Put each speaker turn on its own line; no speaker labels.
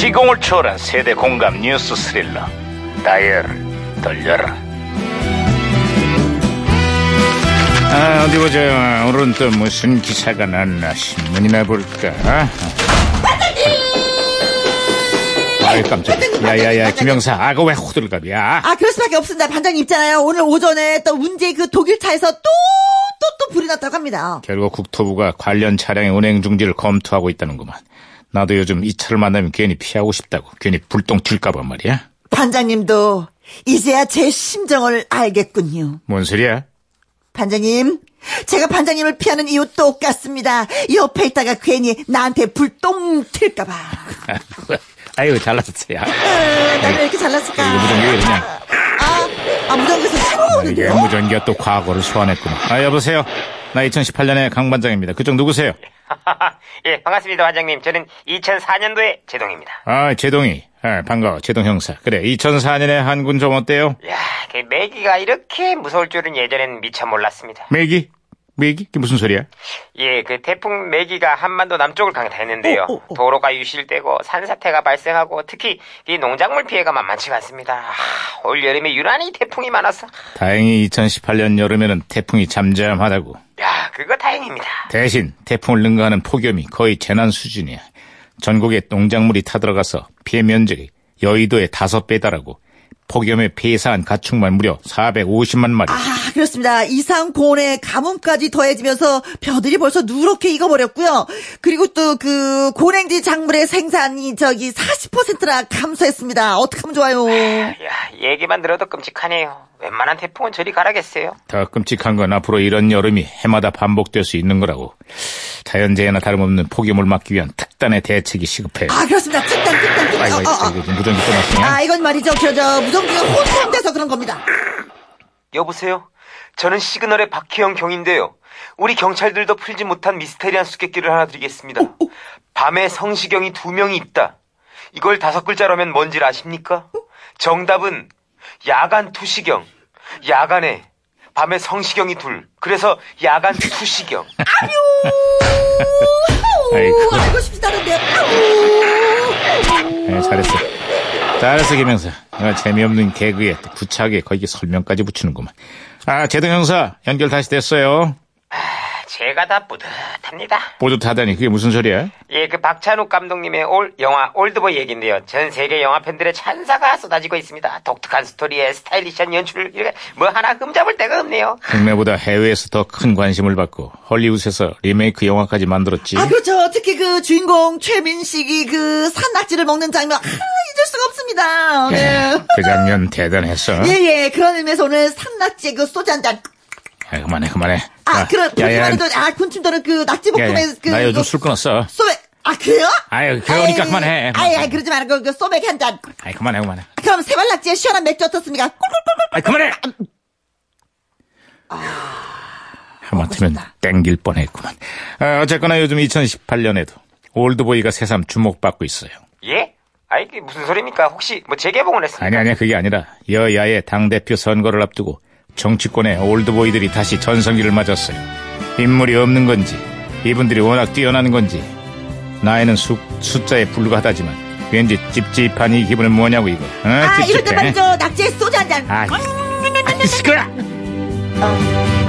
시공을 초월한 세대 공감 뉴스 스릴러 다이얼을 돌려라 아 어디 보자 오늘은 또 무슨 기사가 났나 신문이나 볼까 반장님 아이 깜짝이야 야야야 김영사 아가 왜 호들갑이야
아, 그럴 수밖에 없습니다. 반장님 있잖아요. 오늘 오전에 또 문제의 그 독일차에서 또, 또, 또 불이 났다고 합니다.
결국 국토부가 관련 차량의 운행 중지를 검토하고 있다는구만 나도 요즘 이 차를 만나면 괜히 피하고 싶다고 괜히 불똥 튈까봐 말이야
반장님도 이제야 제 심정을 알겠군요.
뭔 소리야
반장님, 제가 반장님을 피하는 이유 똑같습니다. 옆에 있다가 괜히 나한테 불똥 튈까봐.
아유 잘났어요
나왜 이렇게 잘났을까?
이거 무전기가 그냥.
아, 아, 무전기에서 사고
이게
오는데요?
무전기가 또 과거를 소환했구나. 아 여보세요. 나 2018년의 강 반장입니다. 그쪽 누구세요?
예, 반갑습니다, 반장님. 저는 2004년도에 제동입니다.
아 제동이. 아, 반가워 제동 형사. 그래 2004년의 한군 좀 어때요?
야, 그 매기가 이렇게 무서울 줄은 예전엔 미처 몰랐습니다.
메기? 메기? 그게 무슨 소리야?
예, 그 태풍 매기가 한반도 남쪽을 강타했는데요.
오, 오, 오.
도로가 유실되고 산사태가 발생하고 특히 이 농작물 피해가 만만치가 않습니다. 아, 올 여름에 유난히 태풍이 많아서
다행히 2018년 여름에는 태풍이 잠잠하다고.
야, 그거 다행입니다.
대신 태풍을 능가하는 폭염이 거의 재난 수준이야. 전국에 농작물이 타들어가서 피해 면적이 여의도의 다섯 배다라고. 폭염에 폐사한 가축만 무려 450만 마리.
아, 그렇습니다. 이상 고온에 가뭄까지 더해지면서 벼들이 벌써 누렇게 익어버렸고요. 그리고 또 그 고랭지 작물의 생산이 저기 40%나 감소했습니다. 어떡하면 좋아요.
야, 얘기만 들어도 끔찍하네요. 웬만한 태풍은 저리 가라겠어요.
더 끔찍한 건 앞으로 이런 여름이 해마다 반복될 수 있는 거라고. 자연재해나 다름없는 폭염을 막기 위한 특단의 대책이 시급해.
아, 그렇습니다. 특단, 특단,
아이고,
특단.
아이고,
어, 어, 어.
아이고, 무전기 또 났으냐?
아, 이건 말이죠. 저, 저, 무전기가 혼선돼서 그런 겁니다.
여보세요? 저는 시그널의 박희영 경인데요. 우리 경찰들도 풀지 못한 미스테리한 수수께끼를 하나 드리겠습니다. 밤에 성시경이 두 명이 있다. 이걸 다섯 글자로 하면 뭔지 아십니까? 정답은 야간 투시경. 야간에 밤에 성시경이 둘. 그래서 야간 투시경.
아우,
아이고.
알고 싶다는데. 아우.
네, 잘했어. 잘했어, 김형사. 아, 재미없는 개그에 또 구차하게 거기 설명까지 붙이는구만. 아, 제동 형사, 연결 다시 됐어요.
아, 제가 다 뿌듯합니다.
뿌듯하다니, 그게 무슨 소리야?
예, 그 박찬욱 감독님의 올 영화 올드보이 얘긴데요. 전 세계 영화 팬들의 찬사가 쏟아지고 있습니다. 독특한 스토리에 스타일리시한 연출, 이렇게 뭐 하나 흠잡을 데가 없네요.
국내보다 해외에서 더 큰 관심을 받고, 헐리우드에서 리메이크 영화까지 만들었지.
아, 그렇죠. 특히 그 주인공 최민식이 그 산낙지를 먹는 장면. 아, 잊을 수가 없습니다. 네.
그 장면 대단했어.
예, 예. 그런 의미에서 오늘 산낙지에 그 소주 한 잔.
아, 그만해, 그만해.
아, 그런,
야, 야,
보기만 해도, 아, 군침 도는 그
야, 야,
낙지볶음에 그.
나 요즘
이거
술 끊었어.
소맥. 아, 그래요?
아유, 그러니까 그만해.
아이, 아이, 그러지 말고 그 소맥 한 잔.
아이 그만해 그만해.
그럼 세발낙지에 시원한 맥주 어떻습니까? 꿀꿀꿀꿀.
아이 그만해.
아,
하마터면 땡길 뻔했구만. 아, 어쨌거나 요즘 2018년에도 올드보이가 새삼 주목받고 있어요.
예? 아이, 그게 무슨 소리입니까? 혹시 뭐 재개봉을 했습니까?
아니 아니 그게 아니라 여야의 당 대표 선거를 앞두고 정치권의 올드보이들이 다시 전성기를 맞았어요. 인물이 없는 건지 이분들이 워낙 뛰어난 건지 나이는 수, 숫자에 불과하다지만 왠지 찝찝한 이 기분은 뭐냐고 이거. 어,
아, 이럴
찝찝해.
때
아,
말이죠. 낙지에 소주 한 잔.
아이, 아이, 시끄러.
아,